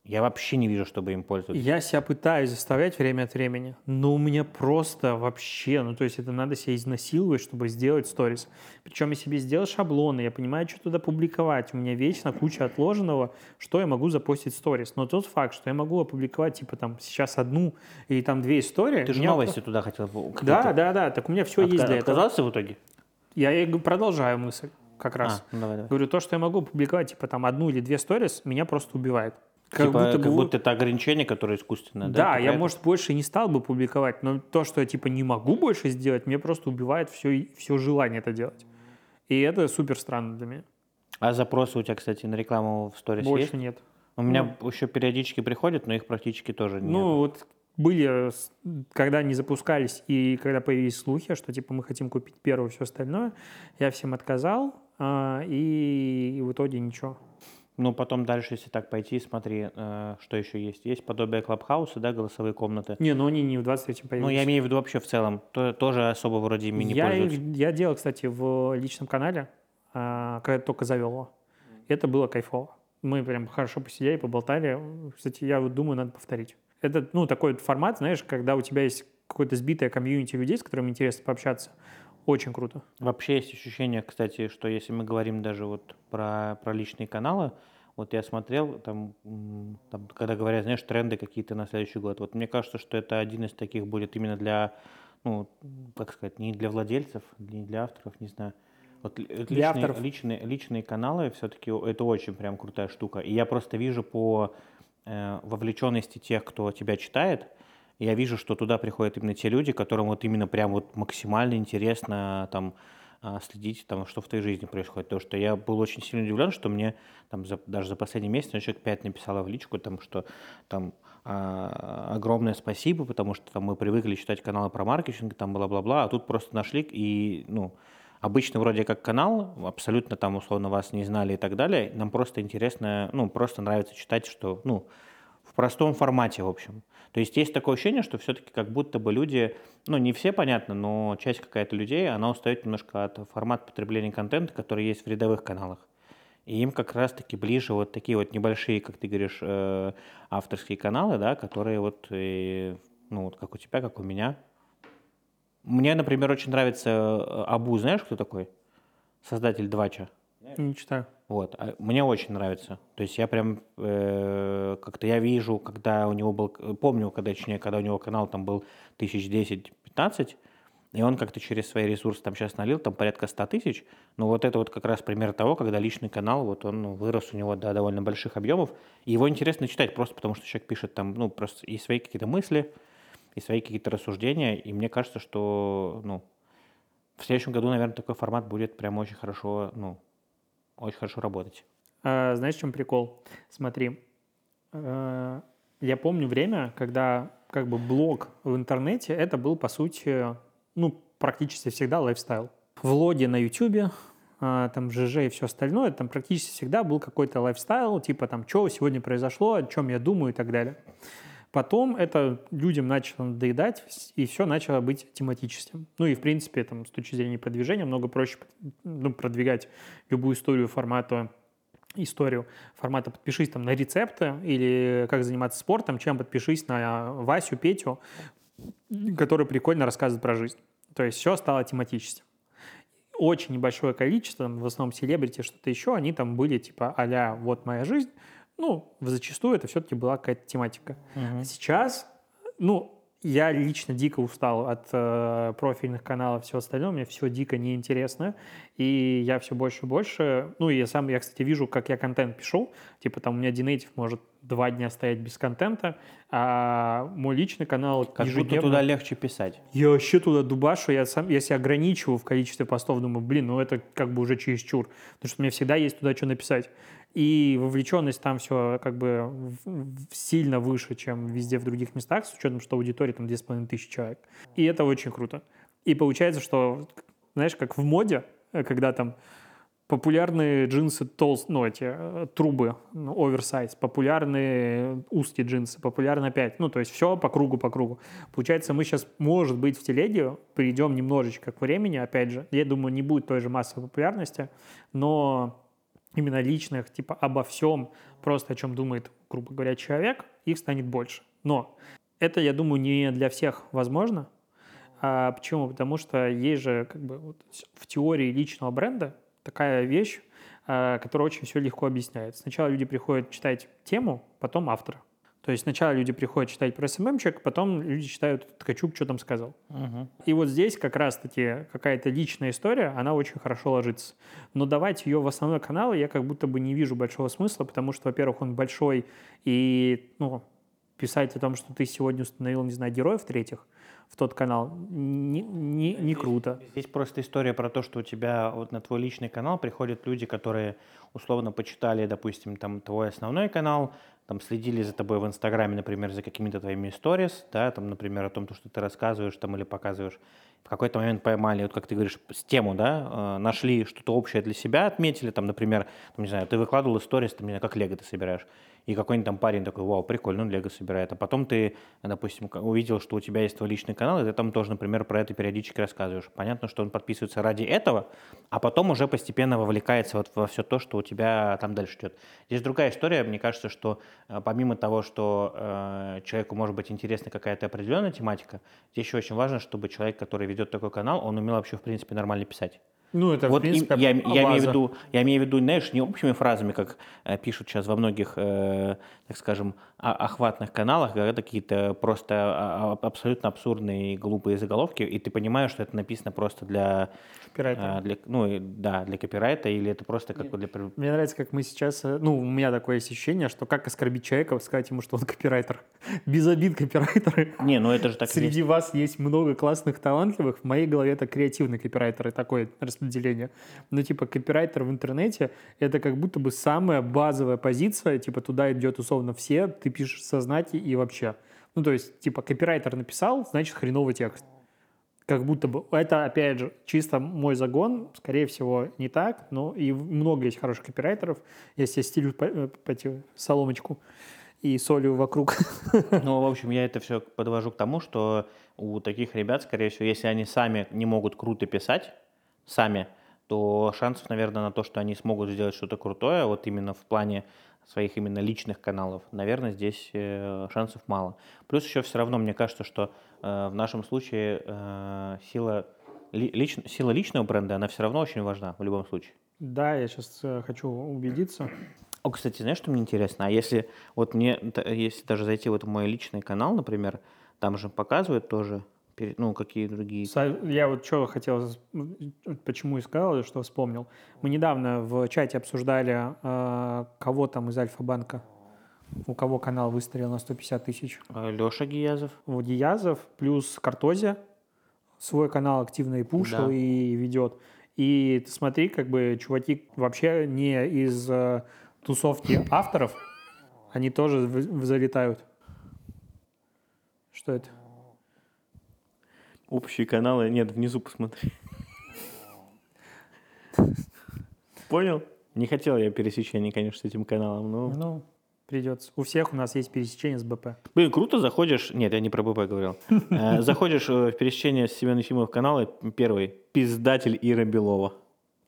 я вообще не вижу, чтобы им пользоваться.
Я себя пытаюсь заставлять время от времени, но у меня просто вообще, ну то есть это надо себя изнасиловать, чтобы сделать сторис. Причем я себе сделал шаблоны, я понимаю, что туда публиковать, у меня вечно куча отложенного, что я могу запостить в сторис. Но тот факт, что я могу опубликовать типа там сейчас одну или там две истории.
Ты же
меня-
новости туда хотел. бы-
Да, да, да, так у меня все
Отка-
есть для этого.
отказался в итоге?
Я и г- продолжаю мысль как раз.
А, ну давай, давай.
Говорю, то, что я могу публиковать типа там одну или две сторис, меня просто убивает.
Как, типа, будто, как
вот-
будто это ограничение, которое искусственное.
да,
Ты
я,
про типа это?
может, больше и не стал бы публиковать, но то, что я, типа, не могу больше сделать, мне просто убивает все, все желание это делать. И это супер странно для меня.
А запросы у тебя, кстати, на рекламу в сторис
больше
есть?
нет.
У меня еще периодически приходят, но их практически тоже нет.
Ну, вот были, с- когда они запускались и когда появились слухи, что, типа, мы хотим купить первую, все остальное, я всем отказал, а, и, и в итоге ничего.
Ну, потом дальше, если так пойти, смотри, э, что еще есть. Есть подобие клабхауса, да, голосовые комнаты.
Не, ну они не в 23-м появились.
Ну, я имею в виду вообще в целом. То- тоже особо вроде ими не
я, их-
пользуются.
я делал, кстати, в личном канале, а, когда только завел его. Это было кайфово. Мы прям хорошо посидели, поболтали. Кстати, я вот думаю, надо повторить. Это, ну, такой вот формат, знаешь, когда у тебя есть какое-то сбитое комьюнити людей, с которыми интересно пообщаться. Очень круто.
Вообще есть ощущение, кстати, что если мы говорим даже вот про, про личные каналы, вот я смотрел, там, м, там, когда говорят, знаешь, тренды какие-то на следующий год. Вот мне кажется, что это один из таких будет именно для, ну, как сказать, не для владельцев, не для авторов, не знаю. Вот л- э, личные,
авторов.
личные, личные каналы все-таки это очень прям крутая штука. И я просто вижу по э, вовлеченности тех, кто тебя читает, я вижу, что туда приходят именно те люди, которым вот именно прям вот максимально интересно там а, следить, там, что в твоей жизни происходит. Потому что я был очень сильно удивлен, что мне там за- даже за последний месяц мне человек 5 написало в личку, там, что там а, огромное спасибо, потому что там мы привыкли читать каналы про маркетинг, там бла-бла-бла, а тут просто нашли и, ну, Обычно вроде как канал, абсолютно там условно вас не знали и так далее. Нам просто интересно, ну, просто нравится читать, что, ну, в простом формате, в общем. То есть есть такое ощущение, что все-таки как будто бы люди, ну, не все, понятно, но часть какая-то людей, она устает немножко от формата потребления контента, который есть в рядовых каналах. И им как раз-таки ближе вот такие вот небольшие, как ты говоришь, э, авторские каналы, да, которые вот, э, ну, вот как у тебя, как у меня. Мне, например, очень нравится э, Абу, знаешь, кто такой? Создатель Двача.
Не читаю.
Вот, а мне очень нравится. То есть я прям э, как-то я вижу, когда у него был, к- помню, когда точнее, когда у него канал там был тысяч десять, пятнадцать, и он как-то через свои ресурсы там сейчас налил, там порядка 100 тысяч. Но вот это вот как раз пример того, когда личный канал, вот он ну, вырос у него до довольно больших объемов. И его интересно читать просто потому, что человек пишет там, ну, просто и свои какие-то мысли, и свои какие-то рассуждения. И мне кажется, что, ну, в следующем году, наверное, такой формат будет прям очень хорошо, ну, очень хорошо работать.
А, знаешь, в чем прикол? Смотри, э, я помню время, когда как бы блог в интернете это был по сути, ну практически всегда лайфстайл. Влоги на Ютубе, а, там ЖЖ и все остальное, там практически всегда был какой-то лайфстайл, типа там, что сегодня произошло, о чем я думаю и так далее. Потом это людям начало надоедать, вс- и все начало быть тематическим. Ну и, в принципе, там, с точки зрения продвижения, много проще ну, продвигать любую историю формата историю формата подпишись там на рецепты или как заниматься спортом, чем подпишись на Васю, Петю, который прикольно рассказывает про жизнь. То есть все стало тематическим. Очень небольшое количество, там, в основном селебрити, что-то еще, они там были типа а «вот моя жизнь». Ну, зачастую это все-таки была какая-то тематика. Сейчас, ну, я лично дико устал от э, профильных каналов, всего остального, мне все дико неинтересно, и я все больше и больше, ну, и я сам, я, кстати, вижу, как я контент пишу, типа там у меня Динейтив может два дня стоять без контента, а мой личный канал
Как будто
ежедневно-
туда легче писать.
я вообще туда дубашу, я сам, я себя ограничиваю в количестве постов, думаю, блин, ну это как бы уже чересчур, потому что у меня всегда есть туда что написать. И вовлеченность там все как бы в- в- сильно выше, чем везде в других местах, с учетом, что аудитория там 2500 человек. И это очень круто. И получается, что, знаешь, как в моде, э, когда там Популярные джинсы толстые, ну, эти э, трубы, ну, оверсайз, популярные узкие джинсы, популярно опять. Ну, то есть все по кругу, по кругу. Получается, мы сейчас, может быть, в телеге перейдем немножечко к времени, опять же. Я думаю, не будет той же массовой популярности, но именно личных, типа обо всем, просто о чем думает, грубо говоря, человек, их станет больше. Но это, я думаю, не для всех возможно. А почему? Потому что есть же как бы вот с- в теории личного бренда такая вещь, а, которая очень все легко объясняет. Сначала люди приходят читать тему, потом автора. То есть сначала люди приходят читать про СММчик, потом люди читают Ткачук, что там сказал.
Мгм.
И вот здесь как раз-таки какая-то личная история, она очень хорошо ложится. Но давать ее в основной канал я как будто бы не вижу большого смысла, потому что, во-первых, он большой, и ну, писать о том, что ты сегодня установил, не знаю, героев третьих в тот канал, не, не- не круто.
Здесь просто история про то, что у тебя вот на твой личный канал приходят люди, которые условно почитали, допустим, там твой основной канал, там следили за тобой в Инстаграме, например, за какими-то твоими сторис, да, там, например, о том, то, что ты рассказываешь там или показываешь. В какой-то момент поймали, вот как ты говоришь, с тему, да, э, нашли что-то общее для себя, отметили, там, например, там, не знаю, ты выкладывал сторис, там, не знаю, как лего ты собираешь, и какой-нибудь там парень такой, вау, прикольно, он лего собирает, а потом ты, допустим, к- увидел, что у тебя есть твой личный канал, и ты там тоже, например, про это периодически рассказываешь. Понятно, что он подписывается ради этого, а потом уже постепенно вовлекается вот во все то, что у тебя там дальше идет. Здесь другая история, мне кажется, что э, помимо того, что э, человеку может быть интересна какая-то определенная тематика, здесь еще очень важно, чтобы человек, который ведет такой канал, он умел вообще, в принципе, нормально писать.
Ну, это,
Вот им- я, я имею в виду, я имею в виду, знаешь, не общими фразами, как э, пишут сейчас во многих, э, так скажем, а- охватных каналах, когда какие-то просто а- а- абсолютно абсурдные и глупые заголовки, и ты понимаешь, что это написано просто для, э, для ну и- да, для копирайта, или это просто как вот для при-
Мне нравится, как мы сейчас... э, Ну, у меня такое есть ощущение, что как оскорбить человека, сказать ему, что он копирайтер. Без обид копирайтеры.
не, ну это же так и
Среди
есть.
вас есть много классных, талантливых. В моей голове это креативный копирайтер и такое распределение. Но типа копирайтер в интернете — это как будто бы самая базовая позиция. Типа туда идет условно все, ты пишешь сознать и вообще. Ну то есть типа копирайтер написал, значит хреновый текст. Как будто бы. Это, опять же, чисто мой загон. Скорее всего, не так. Но и в- много есть хороших копирайтеров. Я себе стелю по- э, по- эти- соломочку и солью вокруг.
Ну, в общем, я это все подвожу к тому, что у таких ребят, скорее всего, если они сами не могут круто писать, сами, то шансов, наверное, на то, что они смогут сделать что-то крутое, вот именно в плане своих именно личных каналов, наверное, здесь э, шансов мало. Плюс еще все равно, мне кажется, что э, в нашем случае э, сила, ли- лич- сила личного бренда, она все равно очень важна в любом случае.
Да, я сейчас хочу убедиться.
О, кстати, знаешь, что мне интересно? А если вот мне, д- если даже зайти вот в мой личный канал, например, там же показывают тоже, пере- ну, какие другие.
Са- Я вот что хотел, с- м, почему и сказал, что вспомнил. Мы недавно в чате обсуждали, э, кого там из Альфа-банка, у кого канал выстрелил на 150 тысяч.
Леша э, Гиязов.
Вот Диязов плюс Картозия свой канал активно и пушил,
Да.
и ведет. И ты смотри, как бы чуваки вообще не из э, тусовки авторов, они тоже в- в- залетают. Что это?
Общие каналы. Нет, внизу посмотри. Понял? Не хотел я пересечения, конечно, с этим каналом, но...
Ну, придется. У всех у нас есть пересечение с БП.
Блин, круто, заходишь... Нет, я не про БП говорил. Э, Заходишь э, в пересечение с Семеном Ефимовым канала, и первый, пиздатель Ира Белова.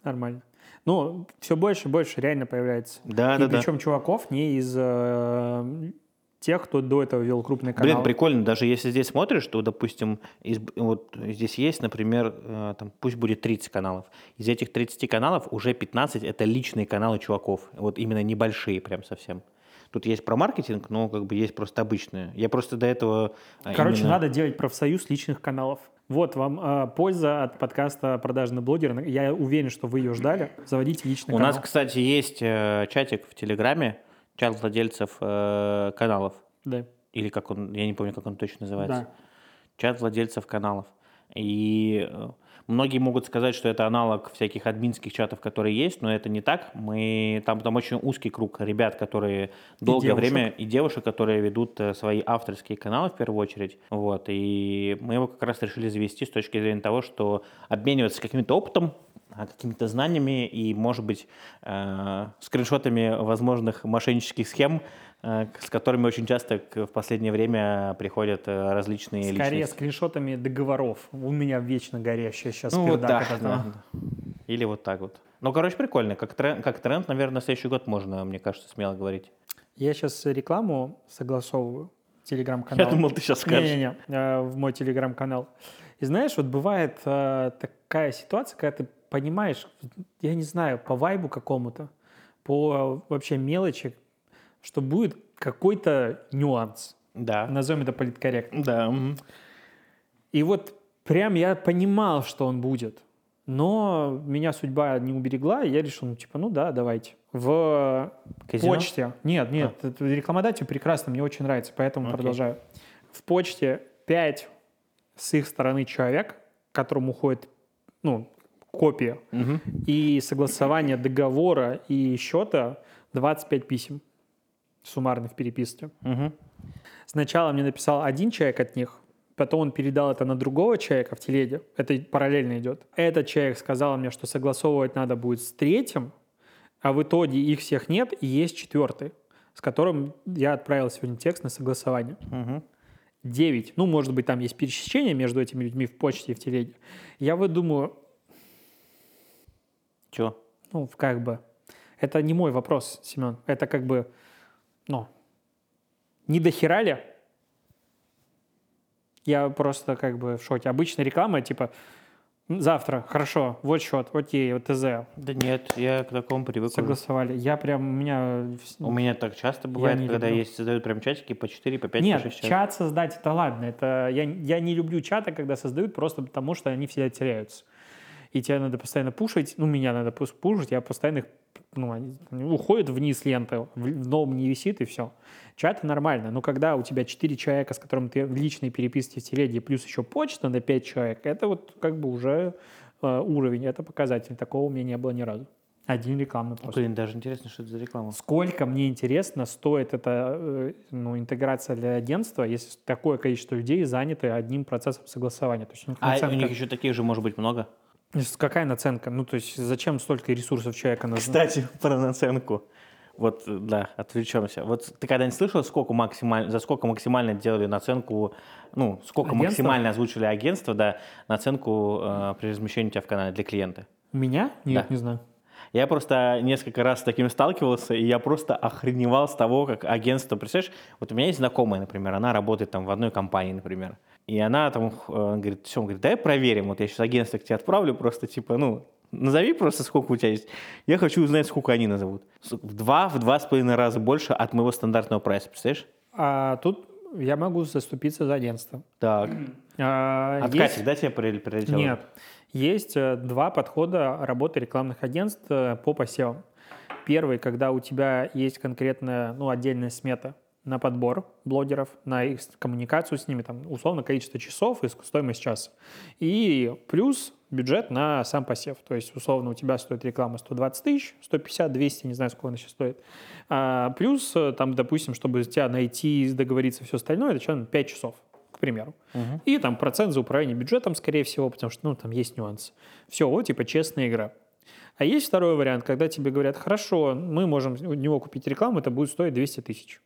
Нормально. Ну, все больше и больше реально появляется.
Да,
и
да, да.
причем чуваков не из э, тех, кто до этого вел крупный канал.
Блин, прикольно, даже если здесь смотришь, то, допустим, из- вот здесь есть, например, э, там, пусть будет 30 каналов. Из этих 30 каналов уже 15 это личные каналы чуваков, вот именно небольшие прям совсем. Тут есть про маркетинг, но как бы есть просто обычные. Я просто до этого... э,
Короче,
именно-
надо делать профсоюз личных каналов. Вот вам э, польза от подкаста «Продажный блогер». Я уверен, что вы ее ждали. Заводите личный
У
канал.
нас, кстати, есть э, чатик в Телеграме, чат владельцев э, каналов.
Да.
или как он, я не помню, как он точно называется,
Да.
чат владельцев каналов. И э, многие могут сказать, что это аналог всяких админских чатов, которые есть, но это не так. Мы там, там очень узкий круг ребят, которые долгое
девушек.
время и девушек, которые ведут э, свои авторские каналы в первую очередь. Вот и мы его как раз решили завести с точки зрения того, что обмениваться каким-то опытом а, какими-то знаниями и, может быть, э, скриншотами возможных мошеннических схем, э, к- с которыми очень часто к- в последнее время приходят э, различные
Скорее
личности.
скриншотами договоров. У меня вечно горящая сейчас
Ну, вот
перда
так,
когда-то.
да. Или вот так вот. Ну, короче, прикольно. Как тренд, как тренд, наверное, на следующий год можно, мне кажется, смело говорить.
Я сейчас рекламу согласовываю в телеграм-канал.
Я думал, ты сейчас скажешь.
Не-не-не, э, в мой телеграм-канал. И знаешь, вот бывает э, такая ситуация, когда ты понимаешь, я не знаю, по вайбу какому-то, по э, вообще мелочи, что будет какой-то нюанс.
Да.
Назовем это политкорректно.
Да. мгм.
И вот прям я понимал, что он будет. Но меня судьба не уберегла, и я решил, ну типа, ну да, давайте. В
Казино? А.
почте. Нет, нет, это рекламодатель прекрасно, мне очень нравится, поэтому
Окей.
продолжаю. В почте 5 с их стороны человек, к которому уходит, ну, копия,
Мгм.
и согласование договора и счета 25 писем суммарно в переписке.
Мгм.
Сначала мне написал один человек от них, потом он передал это на другого человека в телеге. Это параллельно идет. Этот человек сказал мне, что согласовывать надо будет с третьим, а в итоге их всех нет, и есть четвертый, с которым я отправил сегодня текст на согласование.
Мгм.
9. Ну, может быть, там есть пересечение между этими людьми в почте и в телеге. Я вот думаю,
Чё?
ну, как бы... Это не мой вопрос, Семен. Это как бы, ну, не дохерали? Я просто как бы в шоке. Обычная реклама, типа, «М, завтра, хорошо, вот счет, окей, вот ТЗ,
Да нет, я к такому привык. уже.
согласовали. Я прям, у меня... вс-
У меня так часто бывает,
не
когда
люблю.
есть создают прям чатики по 4, по 5,
Нет,
по 6
чат создать это ладно. Это я, я не люблю чаты, когда создают просто потому, что они всегда теряются. И тебя надо постоянно пушить. Ну, меня надо пус- пушить, я постоянно их ну, они уходят вниз ленты, в, в новом не висит, и все. Чаты нормально. Но когда у тебя 4 человека, с которым ты в личной переписке в телеге, плюс еще почта на 5 человек, это вот как бы уже э, уровень, это показатель. Такого у меня не было ни разу. Один рекламный пост.
Блин, даже интересно, что это за реклама.
Сколько, мне интересно, стоит эта э, ну, интеграция для агентства, если такое количество людей заняты одним процессом согласования? То есть у них
А у
наценка-
них еще таких же может быть много.
Какая наценка? Ну, то есть зачем столько ресурсов человека нужно?
Кстати, про наценку. Вот, э, да, отвлечемся. Вот ты когда-нибудь слышал, сколько максимально, за сколько максимально делали наценку, ну, сколько
Агентство?
максимально озвучили агентство, да, наценку э, при размещении у тебя в канале для клиента?
Меня? Нет,
Да.
не знаю.
Я просто несколько раз с таким сталкивался, и я просто охреневал с того, как агентство, представляешь, вот у меня есть знакомая, например, она работает там в одной компании, например, и она там х- э, говорит, все, говорит, давай проверим, вот я сейчас агентство к тебе отправлю, просто типа, ну, назови просто, сколько у тебя есть, я хочу узнать, сколько они назовут. С- В два, в два с половиной раза больше от моего стандартного прайса, представляешь?
А тут я могу заступиться за агентство.
Так,
А,
от
есть-
Кати, да, тебе приле- прилетело?
Нет. Есть э, два подхода работы рекламных агентств э, по посевам. Первый, когда у тебя есть конкретная, ну, отдельная смета на подбор блогеров, на их с- коммуникацию с ними, там, условно, количество часов и ск- стоимость часа. И плюс бюджет на сам посев. То есть, условно, у тебя стоит реклама 120 тысяч, 150, 200, не знаю, сколько она сейчас стоит. А, плюс, э, там, допустим, чтобы тебя найти, договориться, все остальное, это человек 5 часов, к примеру.
Мгм.
И там процент за управление бюджетом, скорее всего, потому что ну, там есть нюансы. Все, вот типа честная игра. А есть второй вариант, когда тебе говорят, хорошо, мы можем у него купить рекламу, это будет стоить 200 тысяч.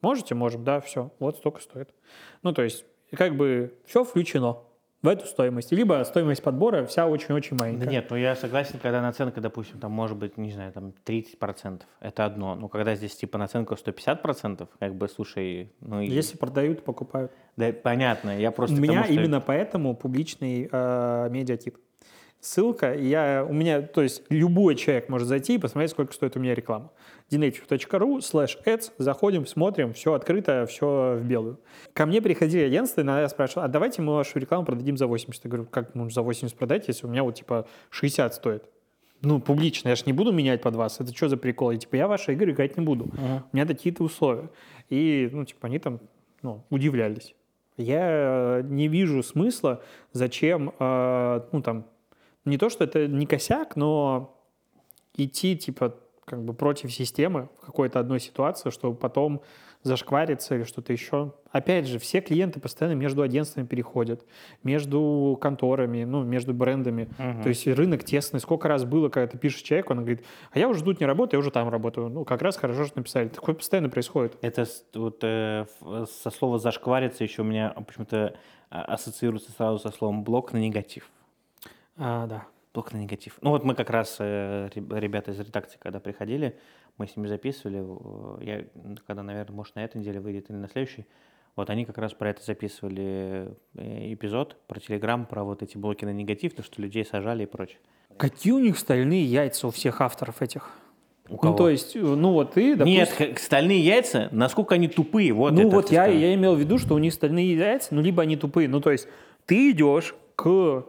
Можете? Можем, да, все, вот столько стоит. Ну, то есть, как бы все включено в эту стоимость. Либо стоимость подбора вся очень-очень
Да
маленькая.
нет, ну я согласен, когда наценка, допустим, там может быть, не знаю, там 30%, это одно. Но когда здесь типа наценка 150%, как бы, слушай, ну... и-
Если продают, покупают.
Да, понятно, я просто...
у
к
меня
тому, что-
именно поэтому публичный э, медиатип. Ссылка, я, у меня, то есть любой человек может зайти и посмотреть, сколько стоит у меня реклама. dinetiv.ru slash ads, заходим, смотрим, все открыто, все в белую. Ко мне приходили агентства, иногда я спрашивал, а давайте мы вашу рекламу продадим за 80. Я говорю, как мы за 80 продать, если у меня вот типа 60 стоит? Ну, публично, я же не буду менять под вас, это что за прикол? И типа я ваши игры играть не буду.
Мгм.
У меня такие-то условия. И, ну, типа, они там, ну, удивлялись. Я э, не вижу смысла, зачем, э, ну, там, не то, что это не косяк, но идти, типа, как бы против системы в какой-то одной ситуации, чтобы потом зашкварится или что-то еще. Опять же, все клиенты постоянно между агентствами переходят, между конторами, ну, между брендами.
Мгм.
То есть рынок тесный. Сколько раз было, когда ты пишешь человеку, он говорит, а я уже тут не работаю, я уже там работаю. Ну, как раз хорошо, что написали. Такое постоянно происходит.
Это с- вот э, ф- со слова зашквариться еще у меня почему-то а, ассоциируется сразу со словом блок на негатив.
А, да.
Блок на негатив. Ну вот мы как раз, э, реб- ребята из редакции, когда приходили, мы с ними записывали, э, я, м, когда, наверное, может, на этой неделе выйдет или на следующей, вот они как раз про это записывали э, эпизод, про Телеграм, про вот эти блоки на негатив, то, что людей сажали и прочее.
Какие у них стальные яйца у всех авторов этих?
У кого?
Ну, то есть, э, ну вот ты, допустим...
Нет, х- стальные яйца, насколько они тупые, вот
ну
это
вот
ты
я,
сказал.
я имел в виду, что у них стальные яйца, ну либо они тупые. Ну то есть ты идешь к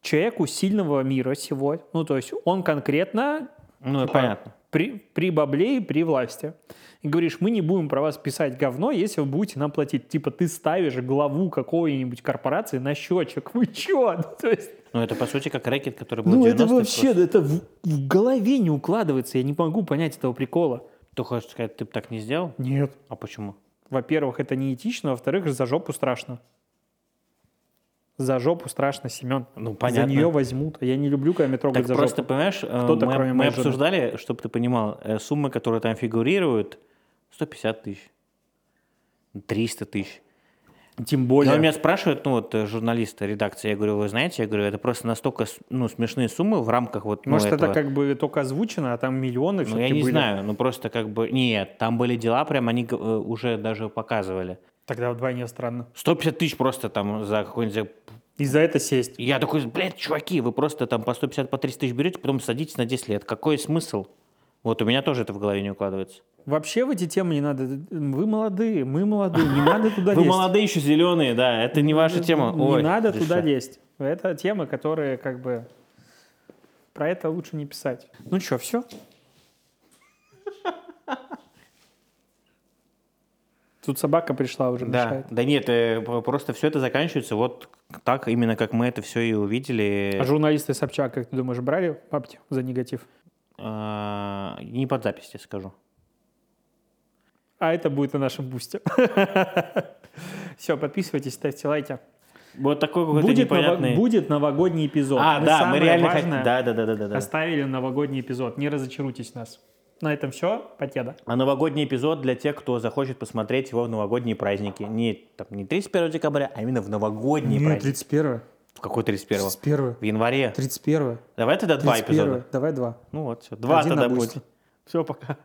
человеку сильного мира сего. Ну то есть он конкретно
Ну,
типа,
понятно.
при, при бабле и при власти. И говоришь, мы не будем про вас писать говно, если вы будете нам платить. Типа ты ставишь главу какой-нибудь корпорации на счетчик. Вы чё? Ну, то есть
Ну, это, по сути, как рэкет, который был
ну
в
это
90-е
вообще,
просто.
это в, в голове не укладывается. Я не могу понять этого прикола.
Ты хочешь сказать, ты бы так не сделал?
Нет.
А почему?
Во-первых, это неэтично, во-вторых, за жопу страшно. За жопу страшно, Семен.
Ну, понятно.
За нее возьмут. А Я не люблю, когда меня трогают
Так
за
просто,
жопу.
понимаешь, э,
Кто-то,
мы,
кроме
мы
моей жены.
обсуждали, чтобы ты понимал, э, суммы, которые там фигурируют, 150 тысяч, 300 тысяч.
Тем
Но
более.
меня спрашивают, ну вот э, журналисты редакции, я говорю, вы знаете, я говорю, это просто настолько с- ну, смешные суммы в рамках вот ну,
Может,
этого.
это как бы только озвучено, а там миллионы
Ну,
все-таки
я не
были.
знаю, ну просто как бы... Нет, там были дела, прям они г- э, уже даже показывали.
Тогда вдвойне странно.
150 тысяч просто там за какой-нибудь... за-
И за это сесть.
Я такой, блядь, чуваки, вы просто там по 150, по 300 тысяч берете, потом садитесь на 10 лет. Какой смысл? Вот у меня тоже это в голове не укладывается.
Вообще в эти темы не надо. Вы молодые, мы молодые, не надо туда
Вы
лезть.
молодые еще зеленые, да, это не ваша тема.
Не
Ой,
надо туда
Гриша.
лезть. Это темы, которые как бы... Про это лучше не писать. Ну что, все? Тут собака пришла уже,
Да,
мешает.
да нет, э, п- просто все это заканчивается вот к- так, именно как мы это все и увидели.
А журналисты Собчак, как ты думаешь, брали папки за негатив?
А, не под запись, я скажу.
А это будет на нашем бусте. Все, подписывайтесь, ставьте лайки.
Вот такой какой-то
Будет, ново-
непонятный...
будет новогодний эпизод.
А, да, мы
самое
реально
важное
хотим. Да, да, да, да, да, да.
Оставили новогодний эпизод. Не разочаруйтесь нас. На этом все. Потеда.
А новогодний эпизод для тех, кто захочет посмотреть его в новогодние праздники. Не, там, не 31 декабря, а именно в новогодние праздники.
31
В какой 31?
31
В январе.
31
Давай тогда два эпизода.
Давай два.
Ну вот, все. Два
Один на
тогда
бусте.
будет. Все, пока.